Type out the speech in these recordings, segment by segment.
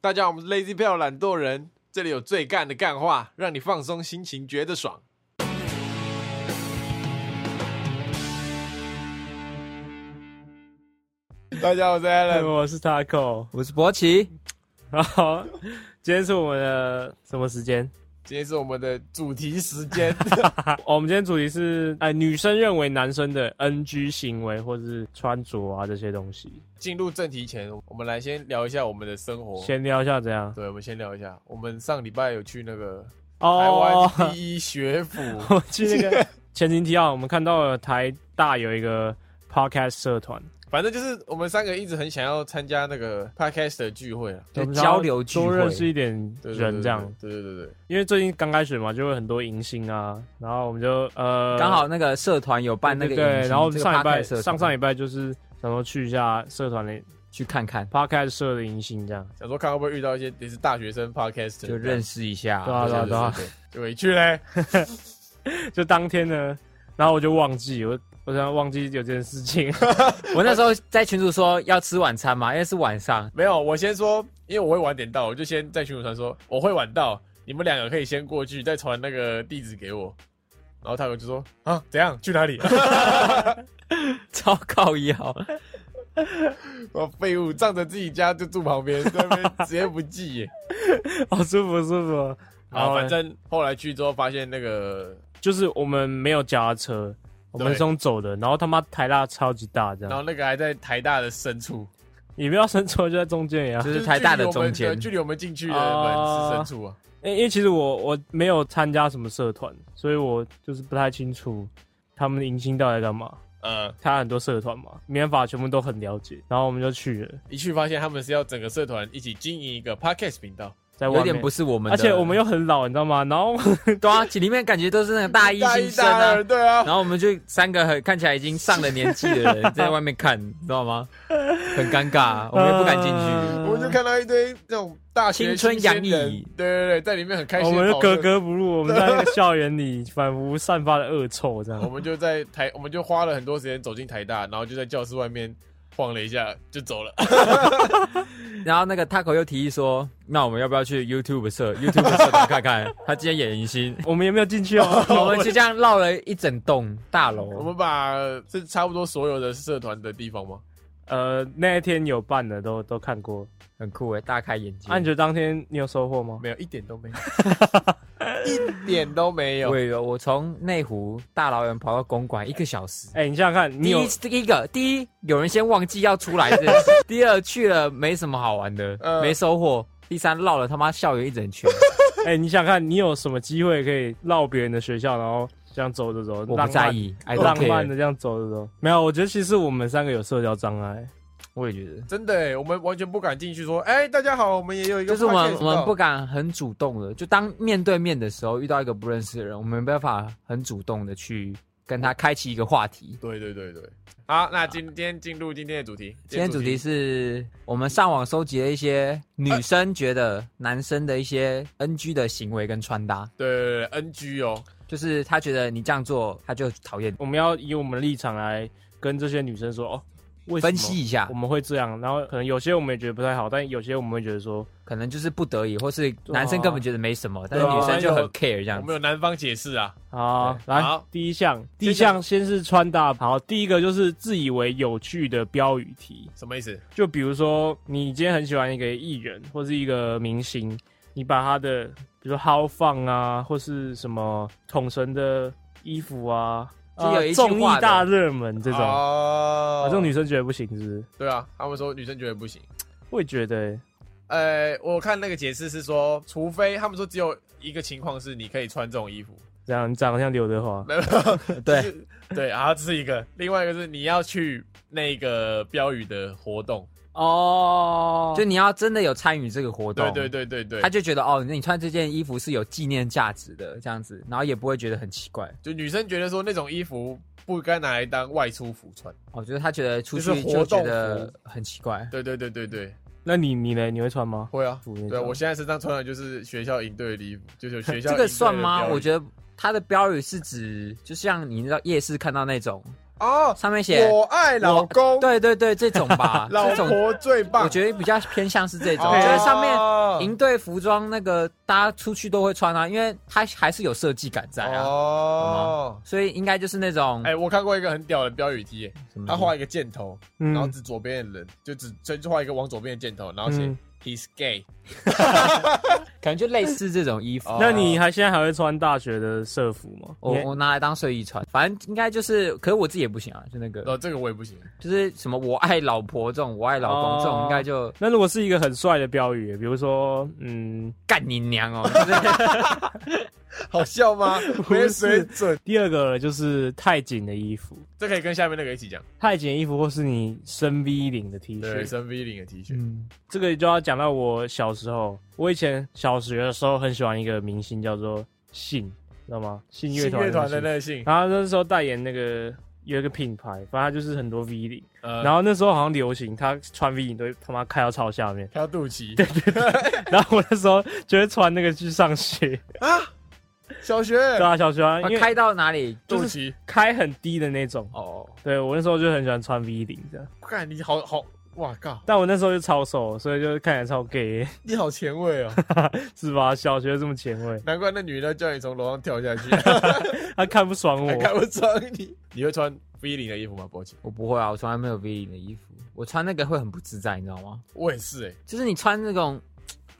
大家好，我们是 Lazy p a l 懒惰人，这里有最干的干话，让你放松心情，觉得爽。大家好，我是嗯 Alan。我是 Taco。我是博奇，好，今天是我们的什么时间？ 今天是我们的主题时间，哦我们今天主题是哎、女生认为男生的 NG 行为或是穿着啊这些东西。进入正题前，我们来先聊一下我们的生哦活。先聊一下怎样？对，我们先聊一下，我们上礼拜有去那个台哦，湾第一学府， 我去那个前情提要，我们看到了台大有一个 Podcast 社团，反正就是我们三个一直很想要参加那个 podcast 的聚会啊。对我们想要交流聚多会认识一点对对对人这样。对对对对对，因为最近刚开学嘛，就会很多迎新啊，然后我们就呃刚好那个社团有办那个对对影对，集然后这个上礼 podcast 拜社团上上礼拜就是想说去一下社团的去看看， Podcast 社的迎新这样。想说看会不会遇到一些也是大学生 podcast，就认识一下。对啊对对啊对，就回去嘞。就当天呢，然后我就忘记，我我想忘记有这件事情。 我那时候在群主说要吃晚餐嘛，因为是晚上， 没有，我先说，因为我会晚点到，我就先在群组传说我会晚到，你们两个可以先过去，再传那个地址给我。然后他们就说啊，怎样去哪里？ 超靠腰。我废物，仗着自己家就住旁边， 在那边直接不记 耶。好舒服舒服。然好，后反哎正后来去之后发现那个，就是我们没有脚踏车，我们对是用走的，然后他妈台大超级大这嗯然后样，那个还在台大的深处，你不要伸出来就在中间也要。就就是是台大距的离我中们呃间，哦距离我们进去的门是深处啊。因因为其实我我没有参加什么社团，所以我就是不太清楚他们的迎新到底干嘛。呃，他很多社团嘛，没办法全部都很了解，然后我们就去了，一去发现他们是要整个社团一起经营一个 podcast 频道，在外有面点不，是我们而的。且我们又很老，你知道吗？然后 对啊，里面感觉都是那种大一大新一生大啊二，，对啊然，后我们就三个很看起来已经上了年纪的人在外面看，你知道吗？很尴尬，我们也不敢进去。呃 我们就看到一堆那种大学嗯青春洋溢哦新鲜人对对对，在里面很开哦我心。们就格，格不入，我们在那个校园里仿佛散发了恶臭这我 样。们就在台，我们就花了很多时间走进台大，然后就在教室外面晃了一下就走了。然后那个 Taco 又提议说，那我们要不要去 YouTube 社 YouTube 社团看看？他今天演迎新，，我们也没有进去哦 我们就这样绕了一整栋大我楼，们把这差不多所有的社团的地方吗？呃，那一天有办的都都看过。很酷诶，大开眼界那、。啊你觉得当天你有收获吗？没有，一点都没 有，一点都没有我。有，我从内湖大老远跑到公馆一个小时。哎、你想想看，你第有一，第一个，第一有人先忘记要出来这件 事；第二去了没什么好玩的，呃嗯没收获；第三绕了他妈校园一 整圈，哎、你想想看，你有什么机会可以绕别人的学校，然后这样走着走，我不浪漫在意，I 浪 don't 漫 care。的这样走着走。没有，我觉得其实我们三个有社交障碍。我也觉得，真的欸，我们完全不敢进去说，哎，大家好，我们也有一个就 podcast 是频道，我们我们不敢很主动的，就当面对面的时候遇到一个不认识的人，我们没办法很主动的去跟他开启一个话题。对对对对。好，那今今天进入今天的主题，今天主题是我们上网收集了一些女生觉得男生的一些 NG 的行为跟穿搭，对对对 NG 哦，就是他觉得你这样做他就讨厌你。我们要以我们的立场来跟这些女生说，哦，为什么分析一啊下我，们会这样？然后可能有些我们也觉得不太好，但有些我们会觉得说，可能就是不得已，或是男生根本觉得没什么，对但是啊女生就很 care 我这样们子。有南方解释啊，好，对来好第一项，第一项先是穿搭。好，第一个就是自以为有趣的标语题，什么意思？就比如说你今天很喜欢一个艺人或是一个明星，你把他的比如说 how 放啊，或是什么统神的衣服啊，就有呃一句话综艺大热门这种，啊，哦这种女生觉得不行，是不是？对啊，他们说女生觉得不行。我也觉得欸，呃，我看那个解释是说，除非他们说只有一个情况是你可以穿这种 衣服，这样你长得像刘德华，没有对，对，然后这是一个，另外一个是你要去那个标语的活动，哦就你要真的有参与这个活动，对对对对对他，就觉得哦，那你穿这件衣服是有纪念价值的，这样子，然后也不会觉得很奇怪。就女生觉得说那种衣服不该拿来当外出服穿，哦，就是他觉得出就是去活就动觉得很奇怪。对对对对对，那你你呢？你会穿吗？会啊，服那种对啊，我现在身上穿的就是学校营队的衣服，就是有学校这个算吗？我得觉得他的标语是指，就像你知道夜市看到那种哦，上面写我爱老公，，，对对对，这种 吧老这种婆最棒。我觉得比较偏向是这种，哦就在上面营队服装那个大家出去都会穿啊，因为它还是有设计感在啊，嗯哦，所以应该就是那种哎，我看过一个很屌的标语贴，欸什么他画一个箭头，嗯然后指左边的人，就指就就画一个往左边的箭头，然后写嗯 he's gay。可能就类似这种衣 哦服。那你还现在还会穿大学的社服吗？我你我拿来当睡衣穿，反正应该就是，可是我自己也不行啊，就那个哦，这个我也不行。就是什么我爱老婆这种，我爱老公哦这种，应该就那如果是一个很帅的标语，比如说，嗯，干你娘哦！ 就是好笑吗？没水准。第二个就是太紧的衣服，这可以跟下面那个一起讲，太紧的衣服或是你深 V 领的 T 对，恤，深 V 领的 T 恤， 嗯这个就要讲到我小时候，我以前小学的时候很喜欢一个明星叫做信，知道吗？信乐新团乐团的信那个信，然后那时候代言那个有一个品牌，反正它就是很多 V 领，呃，然后那时候好像流行，他穿 V 领都会他妈开到超下面， 挑肚脐。然后我那时候就会穿那个去上 学，小学对啊，小学啊，因为呃开到哪里？肚脐，开很低的那种。哦，对我那时候就很喜欢穿 V 领这样，看你好好，哇靠，但我那时候就超瘦，所以就看起来超 gay， 你好前卫哦，是吧？小学这么前卫，难怪那女的叫你从楼上跳下去，他看不爽我还。看不穿你。你会穿 V 领的衣服吗，波奇？我不会啊，我从来没有 V 领的衣服，我穿那个会很不自在，你知道吗？我也是哎，就是你穿那种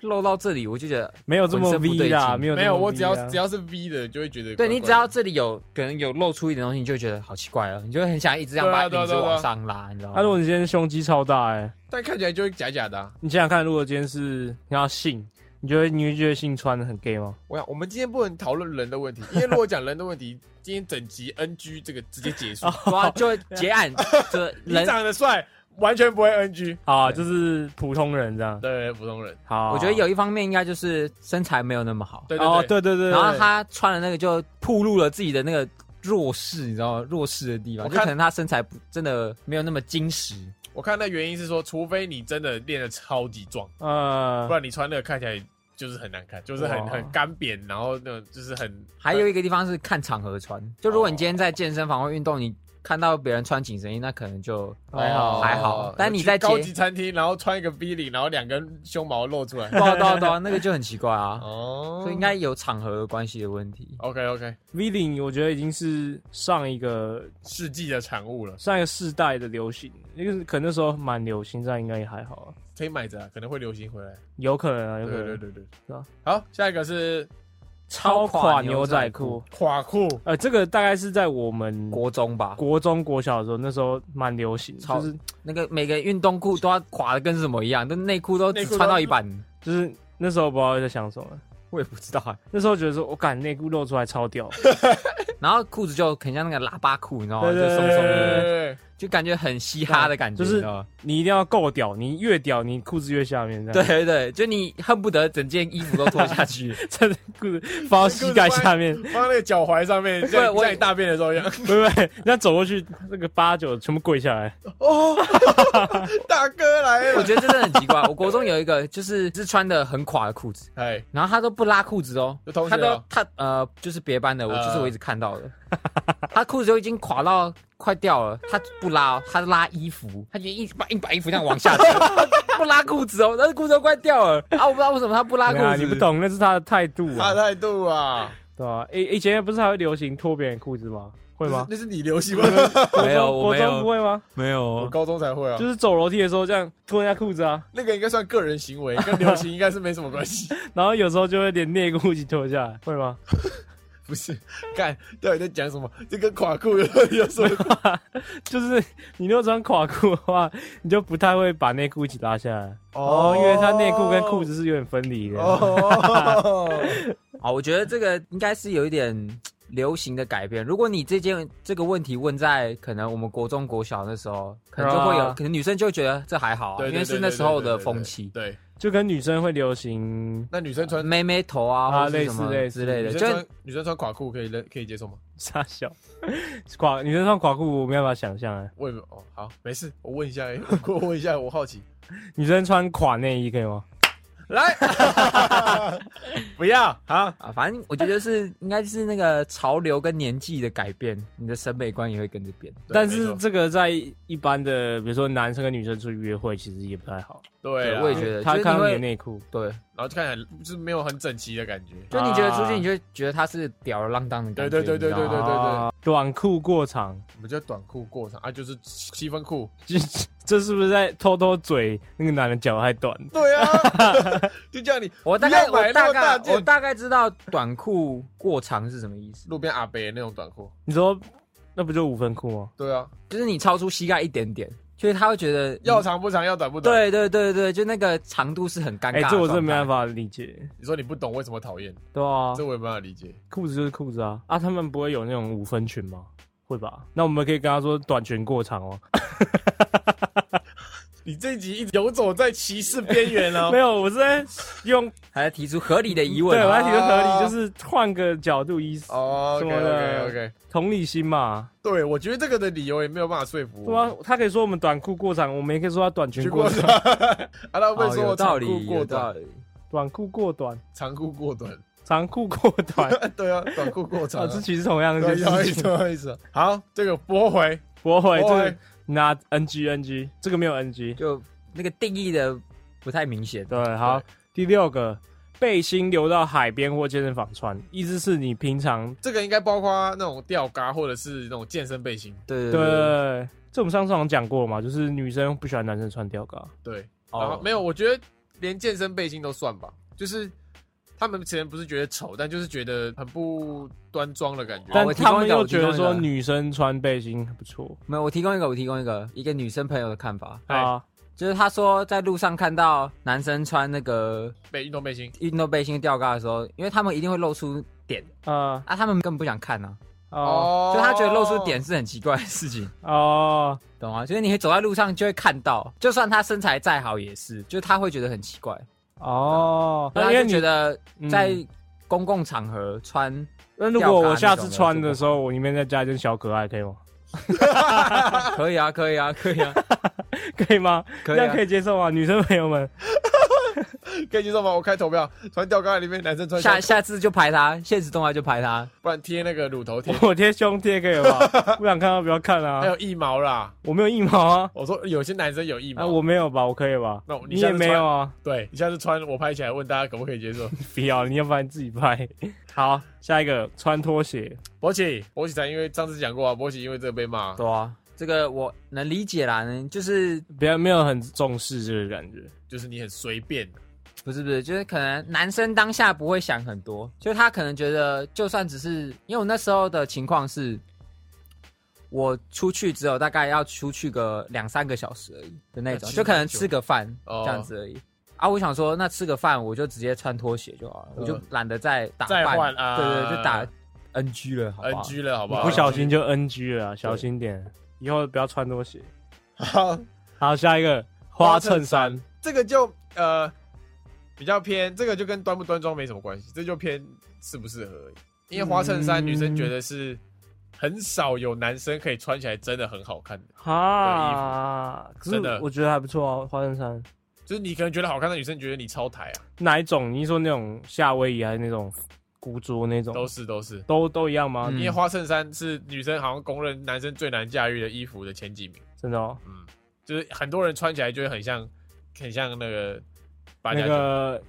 露到这里，我就觉得，没有这么浑身不 V 啦，对劲没有没这有，么啊 V 我只要啦只要是 V 的就会觉得怪怪的，对你只要这里有可能有露出一点东西，你就会觉得好奇怪了，你就会很想一直这样对啊把对啊领子对啊对啊往上拉，你知道啊，如果吗？你今天胸肌超大哎、但看起来就会假假的啊。你想想看，如果今天是你要性，你觉得你会觉得性穿的很 gay 吗？我想我们今天不能讨论人的 问题，因为如果讲人的问题，今天整集 NG 这个直接结束。哇，就会结案，就 你哦人，长得帅，完全不会 NG。啊，就是普通人这样。对，普通人，好，我觉得有一方面应该就是身材没有那么好，对哦，对对，对对对，然后他穿的那个就暴露了自己的那个弱势，你知道吗？弱势的地方，我就看可能他身材不真的没有那么精实。我看那原因是说，除非你真的练得超级壮，嗯呃不，然你穿那个看起来就是很难看，就是很哇很干扁，然后那种就是很还有一个地方是看场合穿，就如果你今天在健身房或运动，你看到别人穿紧身衣，那可能就还好还好。但你在哦去高街级，餐厅，然后穿一个 V 领，然后两根胸毛露出 来，对啊对啊对啊，那个就很奇怪啊。哦，所以应该有场合有关系的问题。 OK OK， V 领我觉得已经是上一个世纪的产物了，上一个世代的流行，那个可能那时候蛮流行，这样应该也还好啊，可以买着、啊，可能会流行回来。有可能啊，有对可能。对对对，是啊好，下一个是超垮牛仔超垮牛裤仔，垮裤，呃，这个大概是在我们国中吧，国中国小的时候，那时候蛮流行，就超是那个每个运动裤都要垮的跟什么一样，那内裤都内只裤都穿到一半。就是那时候不知道在想什么，我也不知道、啊，那时候觉得说我感内裤露出来超屌， 然后裤子就很像那个喇叭裤，你知道吗？就对对松松的，对就感觉很嘻哈的感就觉，是你知道吗你一定要够屌，你越屌你裤子越下面这样，对对对，就你恨不得整件衣服都脱下去。 这裤子放到膝盖下面，放在那个脚踝上面，像我像你大便的时候一样。不不，那走过去那个八九全部跪下来，哦， 大哥来 我了！觉得这真的很奇怪。我国中有一个就是是穿的很垮的裤子，哎，然后他都不拉裤子哦就同，学他哦都他呃就是别班的，我呃就是我一直看到的， 他裤子都已经垮到快掉了，他不拉哦，他拉衣服，他就一把一把衣服这样往下扯， 不拉裤子哦，但是裤子都快掉了啊！我不知道为什么他不拉裤对啊，子，你不懂，那是他的态度他啊，的态度啊，对吧、啊？以以前不是还会流行脱别人裤子吗？会吗？那是你流行吗？没有国我没有中不会吗？没 有哦我高中才会啊就，是走楼梯的时候这样脱人家裤子啊，那个应该算个人行为，跟流行应该是没什么关系。然后有时候就会连内裤一起脱下来，会吗？ 不是，看到底在讲什么？这跟垮裤有有什么？就是你如果穿垮裤的话，你就不太会把内裤一起拉下来哦，因为它内裤跟裤子。子是有点分离的。 哦，啊，我觉得这个应该是有一点嘖流行的改变。如果你这件这个问题问在可能我们国中国小那时候，可能就会有，啊可能女生就会觉得这还好、啊，对，因为是那时候的风气，对，就跟女生会流行那女生穿妹妹头啊啊，或者类是似什么类似之类女的，生就穿女生穿垮裤可以可以接受吗？傻笑， 垮女生穿垮裤我没办法想象哎，我也没有哦， 好，没事，我问一下，我问一下，我好奇。女生穿垮内衣可以吗？来， 不要好，啊，反正我觉得是应该是那个潮流跟年纪的改变，你的审美观也会跟着变。对但没是错这个在一般的，比如说男生跟女生出去约会，其实也不太好。对啊，我也觉得他就是看因到为你的内裤，对，然后就看起来就是没有很整齐的感觉，就你觉得出啊去，你就会觉得他是吊儿郎当的感觉。对对对你知道吗对对对啊短裤过长，我们就短裤过长啊，就是七分裤，这 这是不是在偷偷嘴那个男的脚太短？对啊， 就叫你我大不要概买我那大么大概件我大概知道短裤过长是什么意思，路边阿伯那种短裤，你说那不就五分裤吗？对啊，就是你超出膝盖一点点，就是他会觉得你要。长不长，要短不短，，对对对对，就那个长度是很尴哎、尬的状态。这我真的没办法理解。你说你不懂为什么讨厌，对啊这，我也没办法理解，裤子就是裤子啊啊！他们不会有那种五分裙吗？会吧？那我们可以跟他说短裙过长哦。你这一集一直游走在歧视边缘哦没，有，我是在用还在提出合理的疑问对，我啊。在提出合理，就是换个角度意思，哦什，OK 么的 OK OK，同理心嘛。对我觉得这个的理由也没有办法说服对啊我，，他可以说我们短裤过长，我们也可以说他短 裙去过过长，长，啊，他会哦说有我道长理，裤过有道短，理。短裤过短，长裤过短，长裤过 短。哎对啊，短裤过长 哦啊，啊，这其实同 样对啊的不好事意思，情。不好意思，好，这个驳回，驳回，驳这回个拿 NG NG，这个没有 NG。就那个定义的不太明显。对，好对，第六个，背心留到海边或健身房穿，意思是你平常这个应该包括那种吊嘎或者是那种健身背心，对对对对，这我们上次好像讲过嘛，就是女生不喜欢男生穿吊嘎。对，然后哦，没有，我觉得连健身背心都算吧，就是他们之前不是觉得丑，但就是觉得很不端庄的感觉。但我提他供们一个又我提觉得供一说个女生穿背心很不错没有，我提供一个，我提供一个，一个女生朋友的看法，哎啊，就是她说在路上看到男生穿那个背运动背心，运动背心吊嘎的时候，因为他们一定会露出点啊啊，他们根本不想看啊，哦就他觉得露出点是很奇怪的事情，哦，懂吗？就是你走在路上就会看到，就算他身材再好也是，就他会觉得很奇怪，哦，他因为就你觉得在嗯公共场合穿，那如果我吊嘎下那种次的穿的时候，我里面再加一件小可爱，可以吗？ 可以啊，可以啊，可以啊，可以吗？这可 以样啊可，以接受吗？女生朋友们， 可以接受吗？我开投票，穿吊嘎里面男生穿下下，下次就拍他，现实动态就拍他，不然贴那个乳头贴，我贴胸贴可以 吧？不想看到不要看啊还。有腋毛啦。我没有腋毛啊，我说有些男生有腋毛，啊，我没有吧？我可以吧？那我你你下也次没穿有啊？ 对你下次穿我拍起来问大家可不可以接受？不要，你要不然自己拍。 好，下一个穿拖鞋，博起，博起才因为上次讲过啊，博起因为这个被骂，对啊，这个我能理解啦，能就是不要没有很重视这个感觉。就是你很随便，不是不是，就是可能男生当下不会想很多，就他可能觉得，就算只是因为我那时候的情况是，我出去只有大概要出去个两三个小时而已的那那种，其实就可能蛮久吃个饭哦这样子而已。啊，我想说，那吃个饭我就直接穿拖鞋就好了，我就懒得再打再扮换啊对对，就打 NG 了，好不好 NG 了，好不好？不小心就 NG 了啊，小心点，以后不要穿拖鞋。 好，好，下一个花衬衫，这个就呃比较偏，这个就跟端不端庄没什么关系，这就偏适不适合而已。因为花衬衫，嗯女生觉得是很少有男生可以穿起来真的很好看的，哈，可是真的我觉得还不错啊，花衬衫。就是你可能觉得好看的女生觉得你超台啊，哪一种？你是说那种夏威夷还是那种古着那种？都是都是。都都一样吗？嗯因为花衬衫是女生好像公认男生最难驾驭的衣服的前几名，真的哦。嗯，就是很多人穿起来就会很像很像那个八加那九个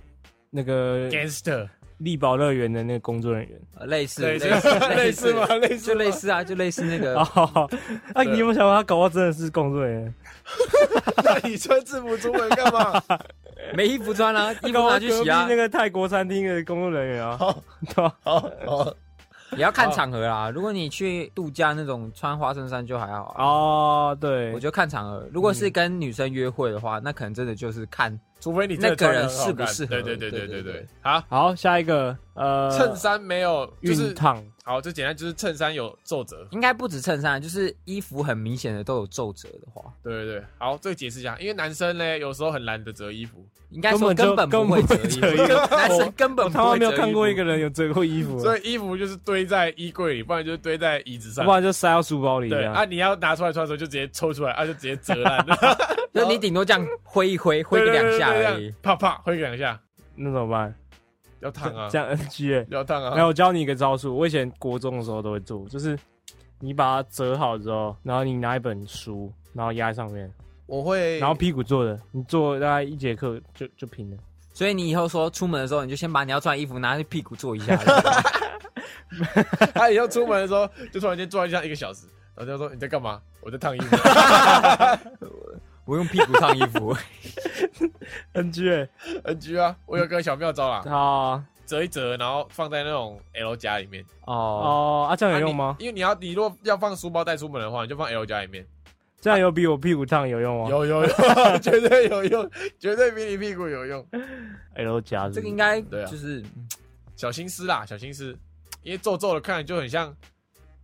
那个 gangster，力宝乐园的那个工作人员。呃类似对，类似类似吗？？类似就类似，似啊，就类似那个哦，那对你有没有想过他搞到真的是工作人员？那你穿制服出门干嘛？没衣服穿啊，衣搞服到拿去隔洗壁啊那，个泰国餐厅的工作人员啊，好对吧？好好， 也要看场合啦。如果你去度假那种穿花衬衫就还好啊。哦，对嗯我，觉得看场合，如果是跟女生约会的话，那可能真的就是看除非你真的那个穿得人很好适不看适合对对对对对对对对对。好，好，下一个呃，衬衫没有，就熨是烫，好，最简单就是衬衫有皱褶。应该不止衬衫，啊就是衣服很明显的都有皱褶的话，对对对，好，这个解释一下，因为男生呢有时候很懒得折衣服，应该说根根本本就不会折根本衣不会折衣服，服 男我生根我本不他妈会没有折看衣过服一个人有折过衣 服，所以衣服就是堆在衣柜里，不然就是堆在椅子上不。然就塞到书包里这对样。啊，你要拿出来穿的时候就直接抽出来，啊就直接折烂了，就你顶多这样挥一挥，挥个对两下对对对而对已。啪啪挥个两下。那怎么办？要烫啊这，样 NG 欸要烫啊。来，我教你一个招数，我以前国中的时候都会做，就是你把它折好之后，然后你拿一本书，然后压在上面，我会，然后屁股坐着，你坐大概一节课就就平了。所以你以后说出门的时候，你就先把你要穿的衣服拿去屁股坐一下。 他以后出门的时候，就突然间坐在地上一个小时，然后就说你在干嘛？我在烫衣服。我用屁股烫衣服， NG 欸 NG 啊，我有个小妙招啊，好折一折，然后放在那种 L 夹里面。哦， 哦啊，这样啊有用你吗？因为你要你如果要放书包带出门的话，你就放 L 夹里面。这样有比我屁股烫有用吗有有 有，绝对有用，绝对比你屁股有用。 ？L 哎夹这个应嗯该对啊就是，小心思啦，小心思，因为皱皱的看着就很像，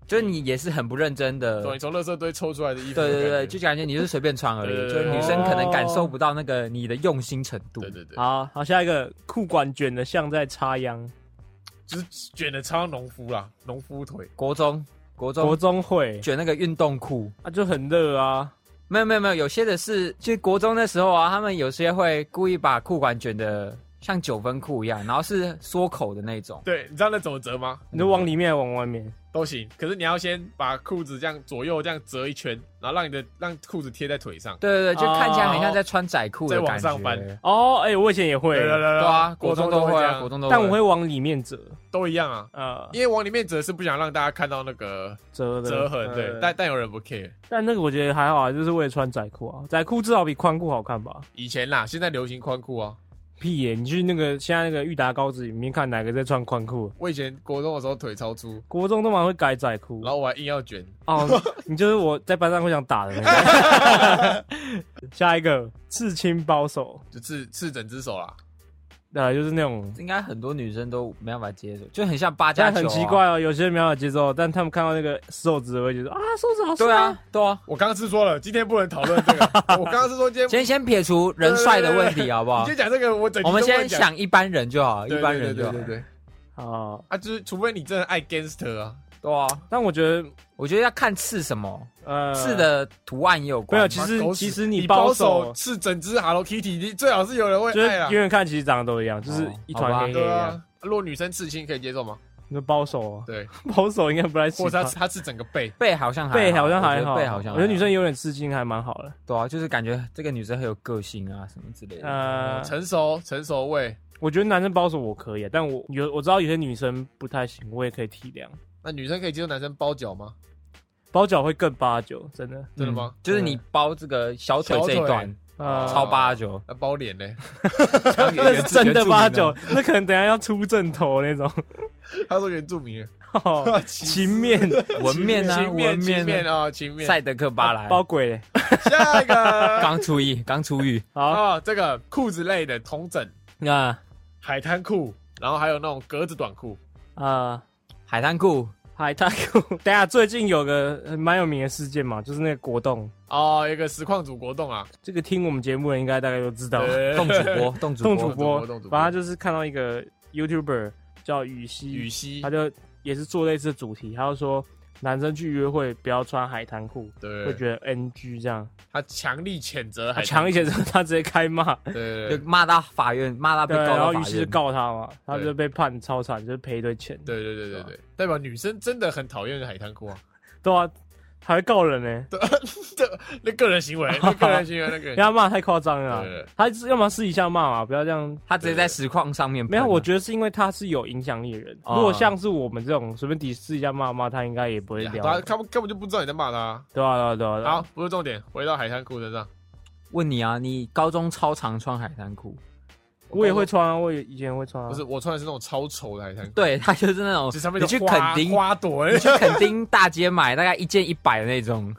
就是你也是很不认真的。对，你从垃圾堆抽出来的衣服的呃对感觉。对对，就感觉你是随便穿而已，对对就对是女生可能感受不到那个你的用心程度对。对对，好好，下一个裤管卷的像在插秧，就是卷的超农夫啦，农夫腿。国中，国国中中会卷那个运动裤，啊就很热啊，没有没有没有，有些的是，其实国中那时候啊，他们有些会故意把裤管卷的像九分裤一样，然后是缩口的那种。对，你知道那怎么折吗？你就往里面往外面，都行，可是你要先把裤子这样左右这样折一圈，然后让你的让裤子贴在腿上，对对对，就看起来很哦像在穿窄裤再的往感觉。上翻。哦，哎、我以前也会，对对对啊，国国中中都都会这啊，样国中都会。但我会往里面折，都一样啊。呃，因为往里面折是不想让大家看到那个折的折痕，对呃，但但有人不 care。但那个我觉得还好啊，就是为了穿窄裤啊，窄裤至少比宽裤好看吧？以前啦，现在流行宽裤啊。屁耶、你去那个现在那个裕达高子里面看哪个在穿宽裤，我以前国中的时候腿超粗，国中都蛮会改窄裤然后我还硬要卷， 哦，你就是我在班上会想打的那 个。下一个刺青包手，就刺刺整只手啦。呃，就是那种。应该很多女生都没办法接受，就很像八加但九、啊很奇怪。哦，有些人没办法接受，但他们看到那个瘦子会觉得啊，瘦子好帅。对啊，，对啊。我刚刚是说了，今天不能讨论这个。我刚刚是说今天，先先撇除人帅的问题，好不你好就？讲这个，哎我整集我们都不能先讲想一般人就好，对一般人就对好。对对对哦，啊，就是除非你真的爱 gangster 啊，对啊，但我觉得我觉得要看刺什么，呃，刺的图案也有没关。有，其妈实狗屎其实你包包手刺整只 Hello Kitty，你最好是有人会就是哦爱啊。远远看其实长得都一样，就是一团黑黑对的。啊，如果女生刺青可以接受吗？你说包手啊，对， 包手应该不太喜或者欢她。她刺整个背，背好像还背好像还我觉好，得背好像还好我觉得女生有点刺青还蛮好的。对啊，就是感觉这个女生很有个性啊，什么之类的。啊呃，成熟成熟味。我觉得男生包手我可以啊，但我有我知道有些女生不太行，我也可以体谅。那女生可以接受男生包脚吗？包脚会更八九，真的。真的吗？嗯就是你包这个小腿这一段，呃，超八九，那包脸呢？那是真的八九原住民啊，那可能等一下要出正头那种。 他说原住民，哦情情面纹面啊，情纹面情面面啊，啊，情面。赛德克巴莱，包鬼嘞。下一个刚出狱，刚出狱。好，啊，这个裤子类的同整那海滩裤，然后还有那种格子短裤，啊。海滩裤，海滩裤， 等一下最近有个呃蛮有名的事件嘛，就是那个国栋，哦，一个实况组国栋啊，这个听我们节目的人应该大概都知道。 对动主播，动主哦动播主，播动主，播反正他就是看到一个 YouTuber 叫雨熙，羽西他，就也是做类似的主题，他就说男生去约会不要穿海滩裤，会对，觉得 NG 这样。他强力谴责他海强滩，一些之后，他直接开骂，对对就骂到法院，骂到被对，告然到后法于是院就。告他嘛，他对就被判超惨，就是赔一堆钱。对对对对对，代表女生真的很讨厌海滩裤啊，对啊，还会告人呢、那个人行为，那个人行为，那个因 为人，他骂太夸张了啊对对对。他是要么私底下骂嘛，不要这样。他直接在实况上面喷啊，没有，我觉得是因为他是有影响力的人。啊哦如果像是我们这种随便底私底下骂骂，他应该也不会聊。啊他他们根本就不知道你在骂他啊。对啊，对啊，对啊。对啊好，不是重点，回到海滩裤身上，问你啊，你高中超常穿海滩裤，我也会穿啊，我也以前会穿啊。不是我穿的是那种超丑的海滩裤，对他就是那种就上面你的去垦花丁，花朵， 你去垦丁大街买大概一件一百的那种，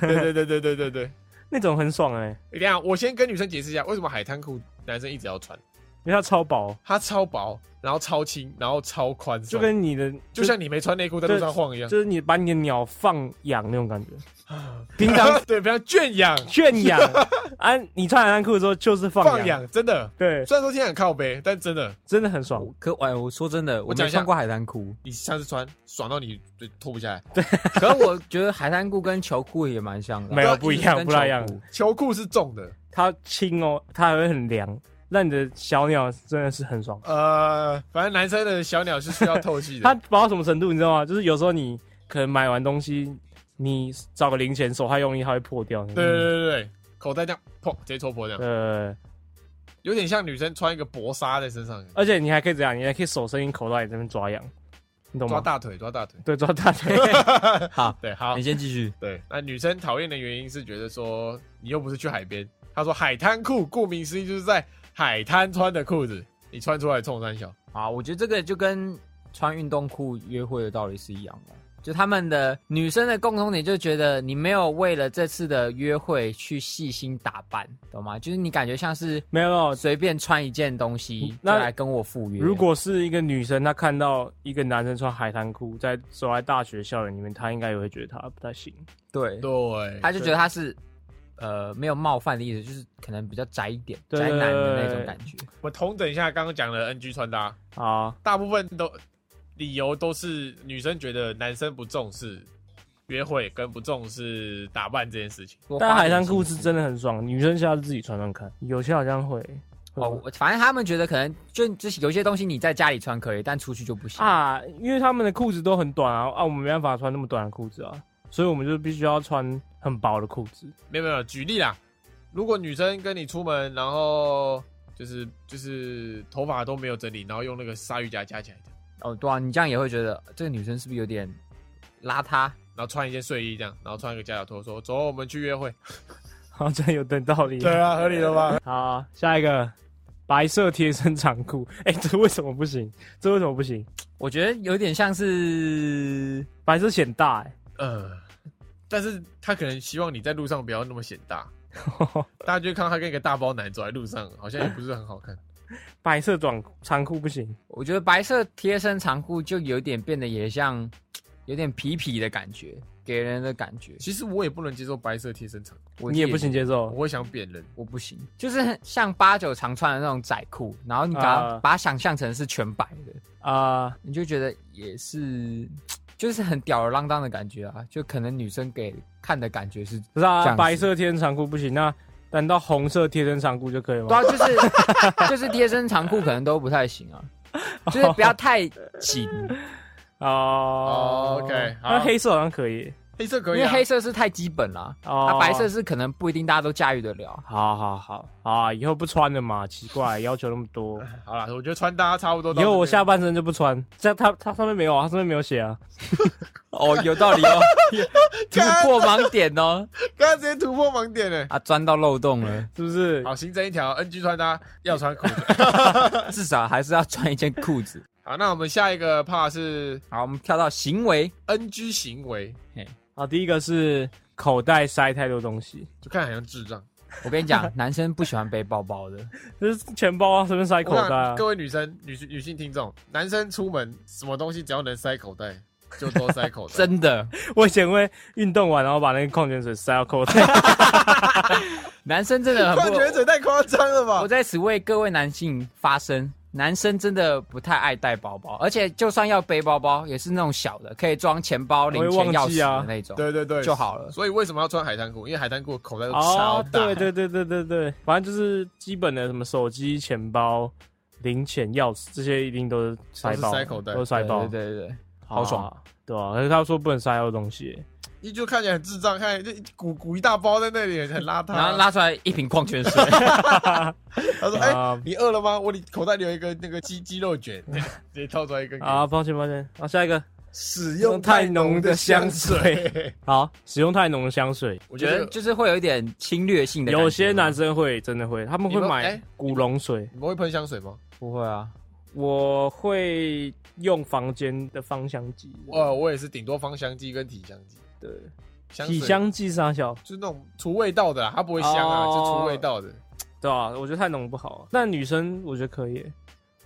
对对对对对对对。那种很爽哎、等一下，我先跟女生解释一下，为什么海滩裤男生一直要穿？因为它超薄，它超薄，然后超轻，然后超宽松，就跟你的就像你没穿内裤在路上晃一样。就是你把你的鸟放养那种感觉，平常 对，不要圈养圈养啊，你穿海滩裤的时候就是放放养，真的。对，虽然说听起来很靠背，但真的，真的很爽。可哎，我说真的，我讲没一下，穿过海滩裤 你上次穿爽到你就脱不下来。可是我觉得海滩裤跟球裤也蛮像的，没有不一样跟不太一样球裤球裤是重的，它轻哦，它还会很凉，让你的小鸟真的是很爽。呃，反正男生的小鸟是需要透 气的。它薄到什么程度，你知道吗？就是有时候你可能买完东西，你找个零钱，手太用力，它会破掉。对对对对，口袋这样砰直接戳破这样，呃，有点像女生穿一个薄纱在身上，而且你还可以怎样？你还可以手伸进口袋里这边抓痒，你懂抓吗？大腿抓大腿。对，抓 大腿。好，对，好你，先继续。对。那女生讨厌的原因是觉得说你又不是去海边，她说海滩裤，顾名思义就是在海滩穿的裤子，你穿出来冲三小。啊，我觉得这个就跟穿运动裤约会的道理是一样的。就他们的女生的共同点，就觉得你没有为了这次的约会去细心打扮，懂吗？就是你感觉像是没有没 有，哦随便穿一件东西就嗯那来跟我赴约。如果是一个女生，她看到一个男生穿海滩裤在走在大学校园里面，她应该也会觉得他不太行。对，对，他就觉得他是呃没有冒犯的意思，就是可能比较宅一点，对宅男的那种感觉。我同等一下刚刚讲的 NG 穿搭，啊，大部分都理由都是女生觉得男生不重视约会跟不重视打扮这件事情。多花但海点滩裤心是思真的很爽，女生下次自己穿穿看，有些好像会。哦，我反正他们觉得可能就就是有些东西你在家里穿可以，但出去就不行。啊，因为他们的裤子都很短啊，啊，我们没办法穿那么短的裤子啊，所以我们就必须要穿很薄的裤子。 没有没有，举例啦，如果女生跟你出门，然后就是就是头发都没有整理，然后用那个鲨鱼夹夹起来的，哦，对啊，你这样也会觉得这个女生是不是有点邋遢？然后穿一件睡衣这样，然后穿一个夹脚拖，说走，我们去约会。好像有点道理。啊，合理了吧？好，下一个白色贴身长裤， 哎、这为什么不行？这为什么不行？我觉得有点像是白色显大、欸，嗯、但是他可能希望你在路上不要那么显大，大家就会看到他跟一个大包男走在路上，好像也不是很好 看。白色短裤长裤不行。我觉得白色贴身长裤就有点变得也像有点痞痞的感觉，给人的感觉。其实我也不能接受白色贴身长，我你也不行，接我受，会想扁人。我不行，就是很像八九常穿的那种窄裤，然后你把它、啊把它想象成是全白的，啊、你就觉得也是就是很吊儿郎当的感觉啊。就可能女生给看的感觉是，不是啊这样，子白色贴身长裤不行，那难道红色贴身长裤就可以吗？对啊，就是就是贴身长裤可能都不太行啊，就是不要太紧。哦哦，OK，好那黑色好像可以。黑色可以、因啊，为黑色是太基本了，哦，啊，白色是可能不一定大家都驾驭得了。好好好啊，以后不穿了嘛，奇怪， 要求那么 多。好啦，我觉得穿搭差不多到这以边。后我下半身就不穿，这样它它上面没有啊，它上面没有写啊。哦，有道理 哦，突破盲点哦，刚刚直接突破盲点呢。啊，钻到漏洞了，是不是？好，新增一条 NG 穿搭要穿裤子。至少还是要 穿一件裤子。好，那我们下一个怕是好，我们跳到行为， NG 行为，好，第一个是口袋塞太多东西，就看起来像智障。我跟你讲，男生不喜欢背包 包的，就是钱包啊，随便塞我口袋啊想。各位女生、女女性听众，男生出门什么东西只要能塞口袋， 就都塞口袋。真的，我以前会运动完，然后把那个矿泉水塞到口袋。男 生真的很矿不。泉水太夸张了吧我？在此为各位男性发声，男生真的不太爱带包包，而且就算要背包包，也是那种小的，可以装钱包、零钱、我会钥忘匙记啊的那种对对对，就。好了。所以为什么要穿海滩裤？因为海滩裤口袋都 超哦，大。对对对对对对，反正就是基本的什么手机、钱包、零钱、钥匙这些一定都是塞都包，是塞口袋都是塞包，对对对对，好好爽啊。对啊，可是他说不能塞太多东西。你就看起来很智障，看起来就鼓鼓一大包在那里，很邋 遢。然后，拉出来一瓶矿泉水，他说：“哎、啊你饿了吗？我里口袋里有一个那个鸡鸡肉 卷，直接掏出来一根给你。啊，抱歉抱歉。好，下一个。使用太浓的香水。好，使用太浓的香水， 我我觉得就是会有一点侵略性的感觉。有些男生会真的会，他们你会们买哎古龙水。你们会喷香水吗？不会啊，我会用房间的芳香剂，哇，哦我也是，顶多芳香剂跟体香剂。对，香水体香剂沙小，就是那种除味道的啊，它不会香啊，哦是除味道的。对吧、我觉得太浓不好、那女生我觉得可以耶，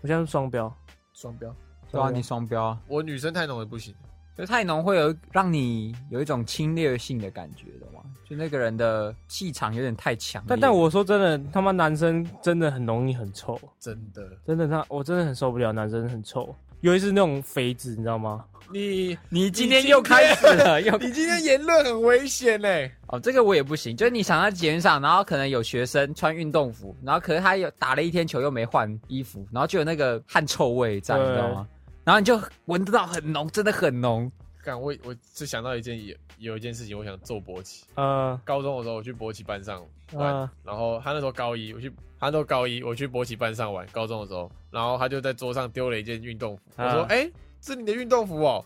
我现在是双标，双标，对啊，你双标啊，我女生太浓也不行。就太浓会有让你有一种侵略性的感觉的嘛，就那个人的气场有点太强烈。但但我说真的，他妈男生真的很容易很臭，真的，真的他我真的很受不了男生很臭，尤其是那种肥子，你知道吗？你你今天又开始了， 又你今天言论很危险欸嘞、哦，这个我也不行。就是你想在捷运上，然后可能有学生穿运动服，然后可是他有打了一天球又没换衣服，然后就有那个汗臭味在，你知道吗？然后你就闻得到很浓，真的很浓。干我我只想到一件有有一件事情，我想揍博奇。呃高中的时候我去博奇班上玩，呃，然后他那时候高一，我去他那时候高一，我去博奇班上玩。高中的时候，然后他就在桌上丢了一件运动服，啊我说：“哎、是你的运动服哦。”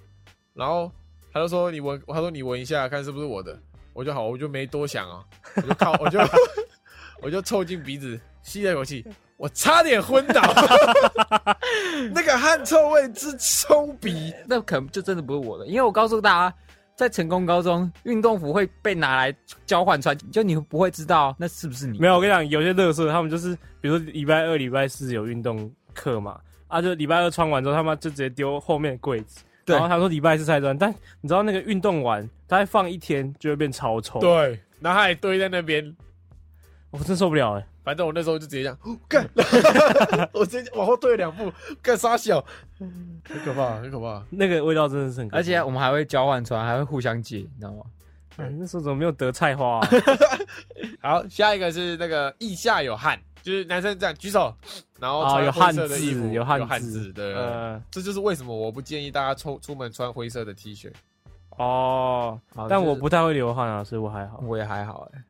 然后他就说：“你闻，他说你闻一下，看是不是我的。”我就好，我就没多想啊，我就靠，我就 我就凑近鼻子吸了一口气，我差点昏倒， 那个汗臭味之冲鼻。那可能就真的不是我的，因为我告诉大家，在成功高中，运动服会被拿来交换穿，就你不会知道那是不是你。没有，我跟你讲，有些乐色他们就是，比如说礼拜二、礼拜四有运动课嘛，啊，就礼拜二穿完之后，他妈就直接丢后面的柜子。对然后他说礼拜四才穿，但你知道那个运动完，他再放一天就会变超臭。，对，然后他还堆在那边，我真受不了哎、欸反正我那时候就直接这样哦 干，我直接往后退了两步，干傻小，很可怕，很可怕。那个味道真的是很可怕。而且我啊们还会交换穿，还会互相借，你知道吗？哎那时候怎么没有得菜花、 啊？好，下一个是那个腋下有汗，就是男生这样举手，然后啊，穿有灰汗色的衣服，渍，有汗渍，对。啊呃，这就是为什么我不建议大家出出门穿灰色的 T 恤 哦，好但就是我不太会流汗啊，所以我还好。我也还好哎、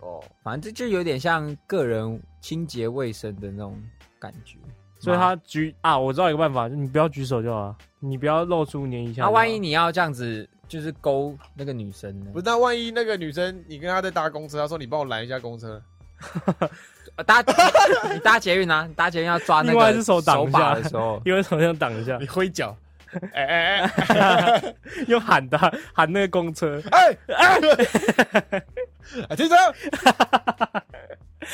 哦。反正这就有点像个人清洁卫生的那种感觉。所以他举啊，我知道一个办法，就你不要举手就好了，你不要露出你一下就那、好。啊万一你要这样子，就是勾那个女生呢不？是，那万一那个女生你跟她在搭公车，她说你帮我拦一下公车，呃 搭你搭捷运啊，你搭捷运要抓那另外一只个手挡一下把的时候，因为手想挡 一下 你，挥脚， 哎哎哎又喊他喊那个公车，哎哎，哎停车！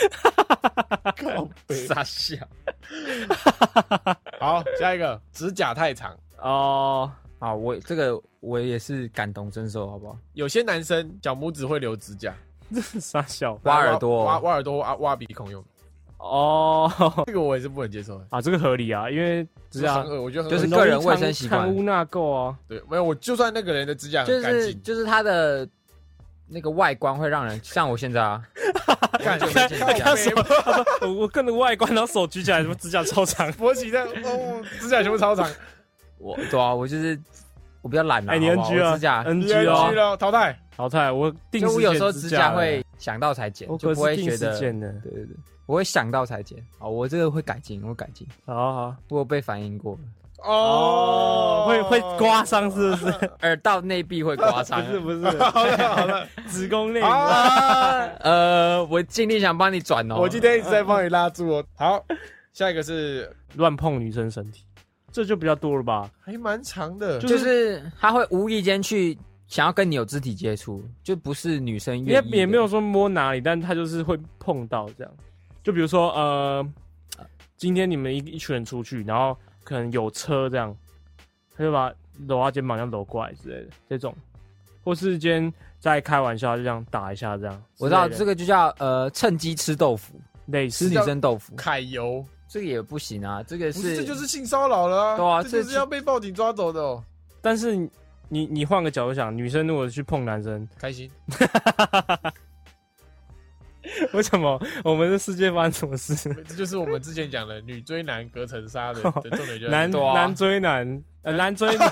靠北傻笑。好，下一个指甲太长，哦，啊，我这个我也是感同身受，好不好？有些男生脚拇指会留指甲，这是傻笑挖耳朵哦挖挖耳朵、挖挖鼻孔用，哦这个我也是不能接受的。啊，这个合理啊，因为指甲很恶，我觉得很就恶是心个人卫生习惯贪污纳垢啊，对，没有我就算那个人的指甲就很干是净，就是它的那个外观会让人像我现在啊，干就没见过看。手我我跟着外观，然后手举起来，什么指甲超长勃起在哦，指甲全部超长，我对啊，我就是我比较懒啊，哎，你好不好 NG 我啊指甲， ，NG 去哦，嗯了，淘汰。淘汰我定就时我有时候剪指甲欸甲会，想到才剪我，就可不是会定觉时得，剪的，对对对，我会想到才剪。哦，我这个会改进，我改进，好好我有被反映过，哦，会会刮伤是不是？。耳道内壁会刮伤 不是不是，好 了好了，子宫内哦膜啊！呃，我尽力想帮你转哦。我今天一直在帮你拉住哦。好，下一个是乱碰女生身体，这就比较多了吧？还蛮长的，就就是他会无意间去想要跟你有肢体接触，就不是女生也愿意的也没有说摸哪里，但他就是会碰到这样。就比如说呃，今天你们一一群人出去，然后可能有车这样，他就把搂他肩膀，这样搂过来之类的这种，或是今天在开玩笑就这样打一下这样。我知道之类的这个就叫呃趁机吃豆腐，类吃似女生豆腐，揩油，这个也不行啊，这个不是是这就是性骚扰了啊！对啊这就这是要被报警抓走的哦。但是你你你换个角度想，女生如果去碰男生， 开心，为什么我们的世界发生什么事？这就是我们之前讲的女追男隔层纱的的重点，就是男对啊男追男，呃，男追 女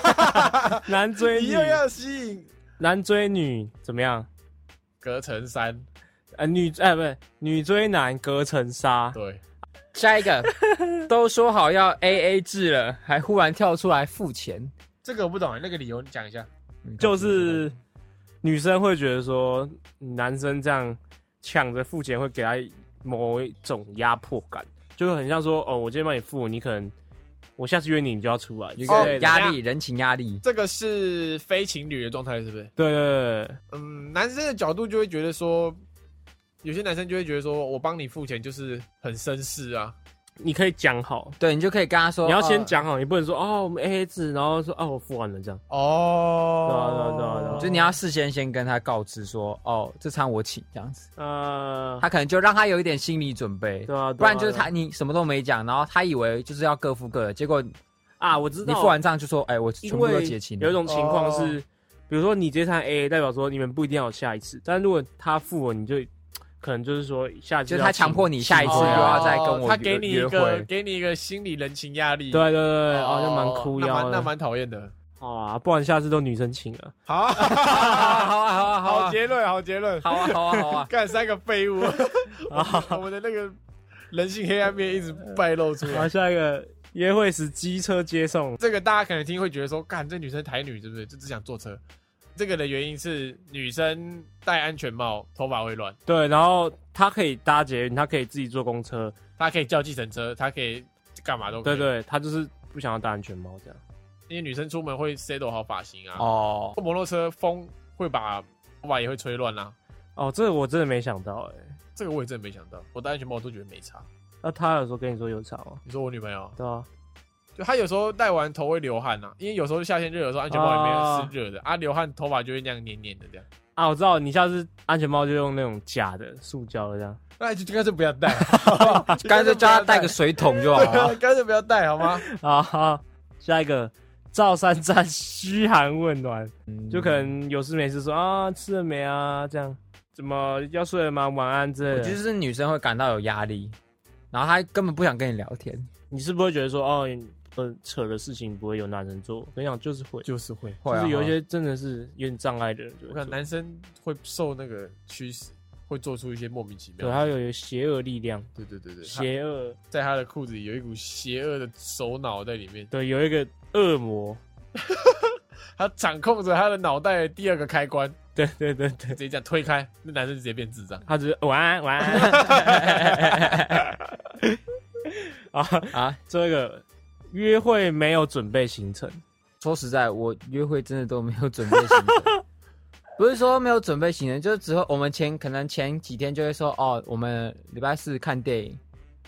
男追你女又，要吸引男追女怎么样？隔层山，呃，女哎，不是女追男隔层纱，对，下一个都说好要 A A 制了，还忽然跳出来付钱，嗯这个我不懂，那个理由你讲一下。就是女生会觉得说男生这样抢着付钱会给她某一种压迫感，就很像说哦，我今天帮你付，你可能我下次约你，你就要出来之有一哦个类的。压力，人情压力。这个是非情侣的状态，是不是？对对对对，嗯，男生的角度就会觉得说，有些男生就会觉得说我帮你付钱就是很绅士啊，你可以讲好，对你就可以跟他说，你要先呃讲好，你不能说哦我们 A A 制，然后说哦我付完了这样。哦对啊对啊对啊对啊就你要事先先跟他告知说，哦，这餐我请这样子，呃，他可能就让他有一点心理准备，对啊，对啊不然就是对啊他你什么都没讲，然后他以为就是要各付各的，结果啊，我知你道，付完账就说，哎、我全因部都为结清了。有一种情况是，哦比如说你这趟 A，代表说你们不一定要有下一次，但如果他付了，你就可能就是说下一次就是他要请强迫你下一次哦又要再跟哦我他给你一约个会给你一个心理人情压力，对对对对，哦，就蛮哭那腰蛮那的，蛮讨厌的。好啊，不然下次都女生请了，好，好啊， 好啊，好啊，好好啊，结论，好结论，好啊，好啊，好 啊，干三个废物，我们的那个人性黑暗面一直败露出好，来。下一个约会时机车接送，这个大家可能听会觉得说，干这女生台女是不是就只想坐车？这个的原因是女生戴安全帽头发会乱，对，然后他可以搭捷运，他可以自己坐公车，她可以叫计程车，她可以干嘛都可以。对，对，他就是不想要戴安全帽这样。因为女生出门会 settle 好发型啊，哦，坐摩托车风会把头发也会吹乱啊。哦，这个我真的没想到哎、这个我也真的没想到，我戴安全帽我都觉得没差。那他有时候跟你说有差吗？你说我女朋友，对啊，就她有时候戴完头会流汗呐、啊，因为有时候夏天热，有时候安全帽里面是啊热的啊，流汗头发就会那样黏黏的这样。啊，我知道，你下次安全帽就用那种假的、塑胶的这样。那就干脆不要戴， 干脆叫他带个水水桶就好对了啊，。干脆不要戴好吗？啊，好下一个赵三站嘘寒问暖，嗯就可能有事没事说啊吃了没啊这样，怎么要睡了吗？晚安之类我的。觉得是女生会感到有压力，然后她根本不想跟你聊天，你是不是会觉得说哦，呃，扯的事情不会有男人做？我跟你讲，就是会，就就是会，会啊是有一些真的是有点障碍的人就我会看做，男生会受那个驱使，会做出一些莫名其妙对，的他事。有一个邪恶力量，对对对对，他邪恶，在他的裤子里有一股邪恶的手脑在里面，对，有一个恶魔，他掌控着他的脑袋的第二个开关，对对对对直，接这样推开，那男生直接变智障。他只是晚安晚安 啊。啊。这个约会没有准备行程，说实在，我约会真的都没有准备行程，不是说没有准备行程，就是只会我们前可能前几天就会说哦，我们礼拜四看电影，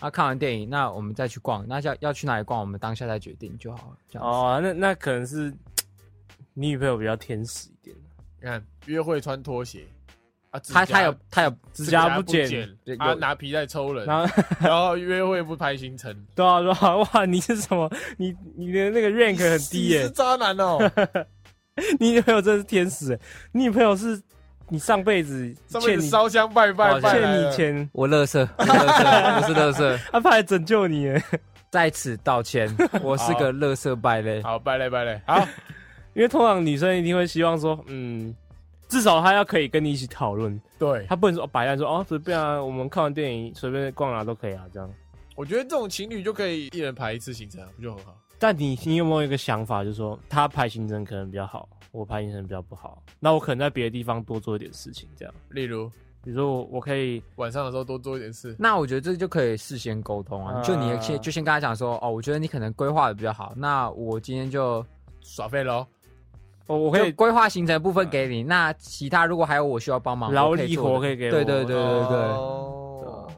啊，看完电影那我们再去逛，那要要去哪里逛，我们当下再决定就好了。嗯这样子哦，那那可能是你女朋友比较天使一点，你看，约会穿拖鞋啊，指他甲他有他有指甲不不剪，对他有拿皮带抽人，然后 然后约会不排行程，对啊对啊，哇，你是什么？你你的那个 rank 很低你耶是、渣男 哦。你女朋友真的是天使耶、你女朋友是你上辈子上欠面你烧香拜拜哦拜来欠了你，钱，我乐色，我乐色，我是乐色，她怕来拯救你耶、在此道歉，我是个乐色败类。好拜嘞拜嘞，好因为通常女生一定会希望说，嗯，至少她要可以跟你一起讨论， 对，她不能说哦摆烂说哦随便啊，我们看完电影随便逛哪都可以啊这样。我觉得这种情侣就可以一人排一次行程啊，不就很好？但你你有没有一个想法，就是说他排行程可能比较好，我排行程比较不好，那我可能在别的地方多做一点事情，这样，例如比如说我我可以晚上的时候多做一点事，那我觉得这就可以事先沟通啊，啊就你先就先跟他讲说，哦，我觉得你可能规划的比较好，那我今天就耍废喽。我我可就以规划行程的部分给你，那其他如果还有我需要帮忙，嗯劳我可以力做的活可以给我，对对对对对，哦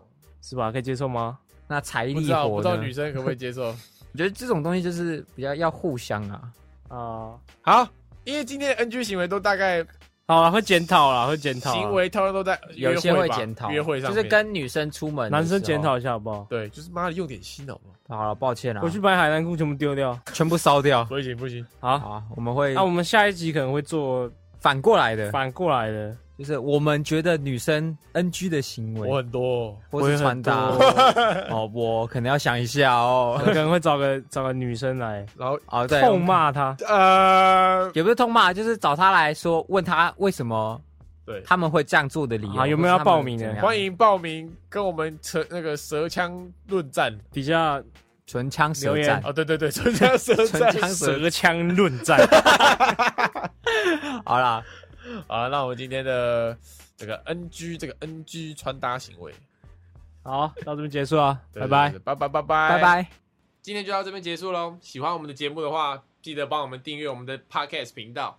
是吧？可以接受吗？那财不力知道不活知道呢女？生可不可以接受？我觉得这种东西就是比较要互相啊，啊、好，因为今天的 NG 行为都大概好啊了，会检讨啦，会检讨啦，行为通常都在啊有些约会吧检讨，约会上就面是跟女生出门的时候，男生检讨一下好不好？对，就是妈的用点心好不好？好了，抱歉啊，我去把海南裤全部丢掉。全部烧掉。不行不行，好，好啊，我们会那、我们下一集可能会做反过来的，反过来的，就是我们觉得女生 NG 的行为我，很多哦或是穿搭我有 很哦，我可能要想一下 我哦。可能会找个找个女生来然后哦，对，痛骂他。呃，也不是痛骂，就是找他来说，问他为什么对，他们会这样做的理由。啊有没有要报名的或是他们怎么样欢迎报名跟我们扯那个舌枪论战底下唇枪舌留言战。哦，对对 对，唇枪舌战唇枪舌 舌枪论战，好啦，啊。那我们今天的这个 NG 这个 NG 穿搭行为，好，到这边结束啊，对拜拜。，对对拜拜拜拜拜。拜。今天就到这边结束喽。喜欢我们的节目的话，记得帮我们订阅我们的 Podcast 频道，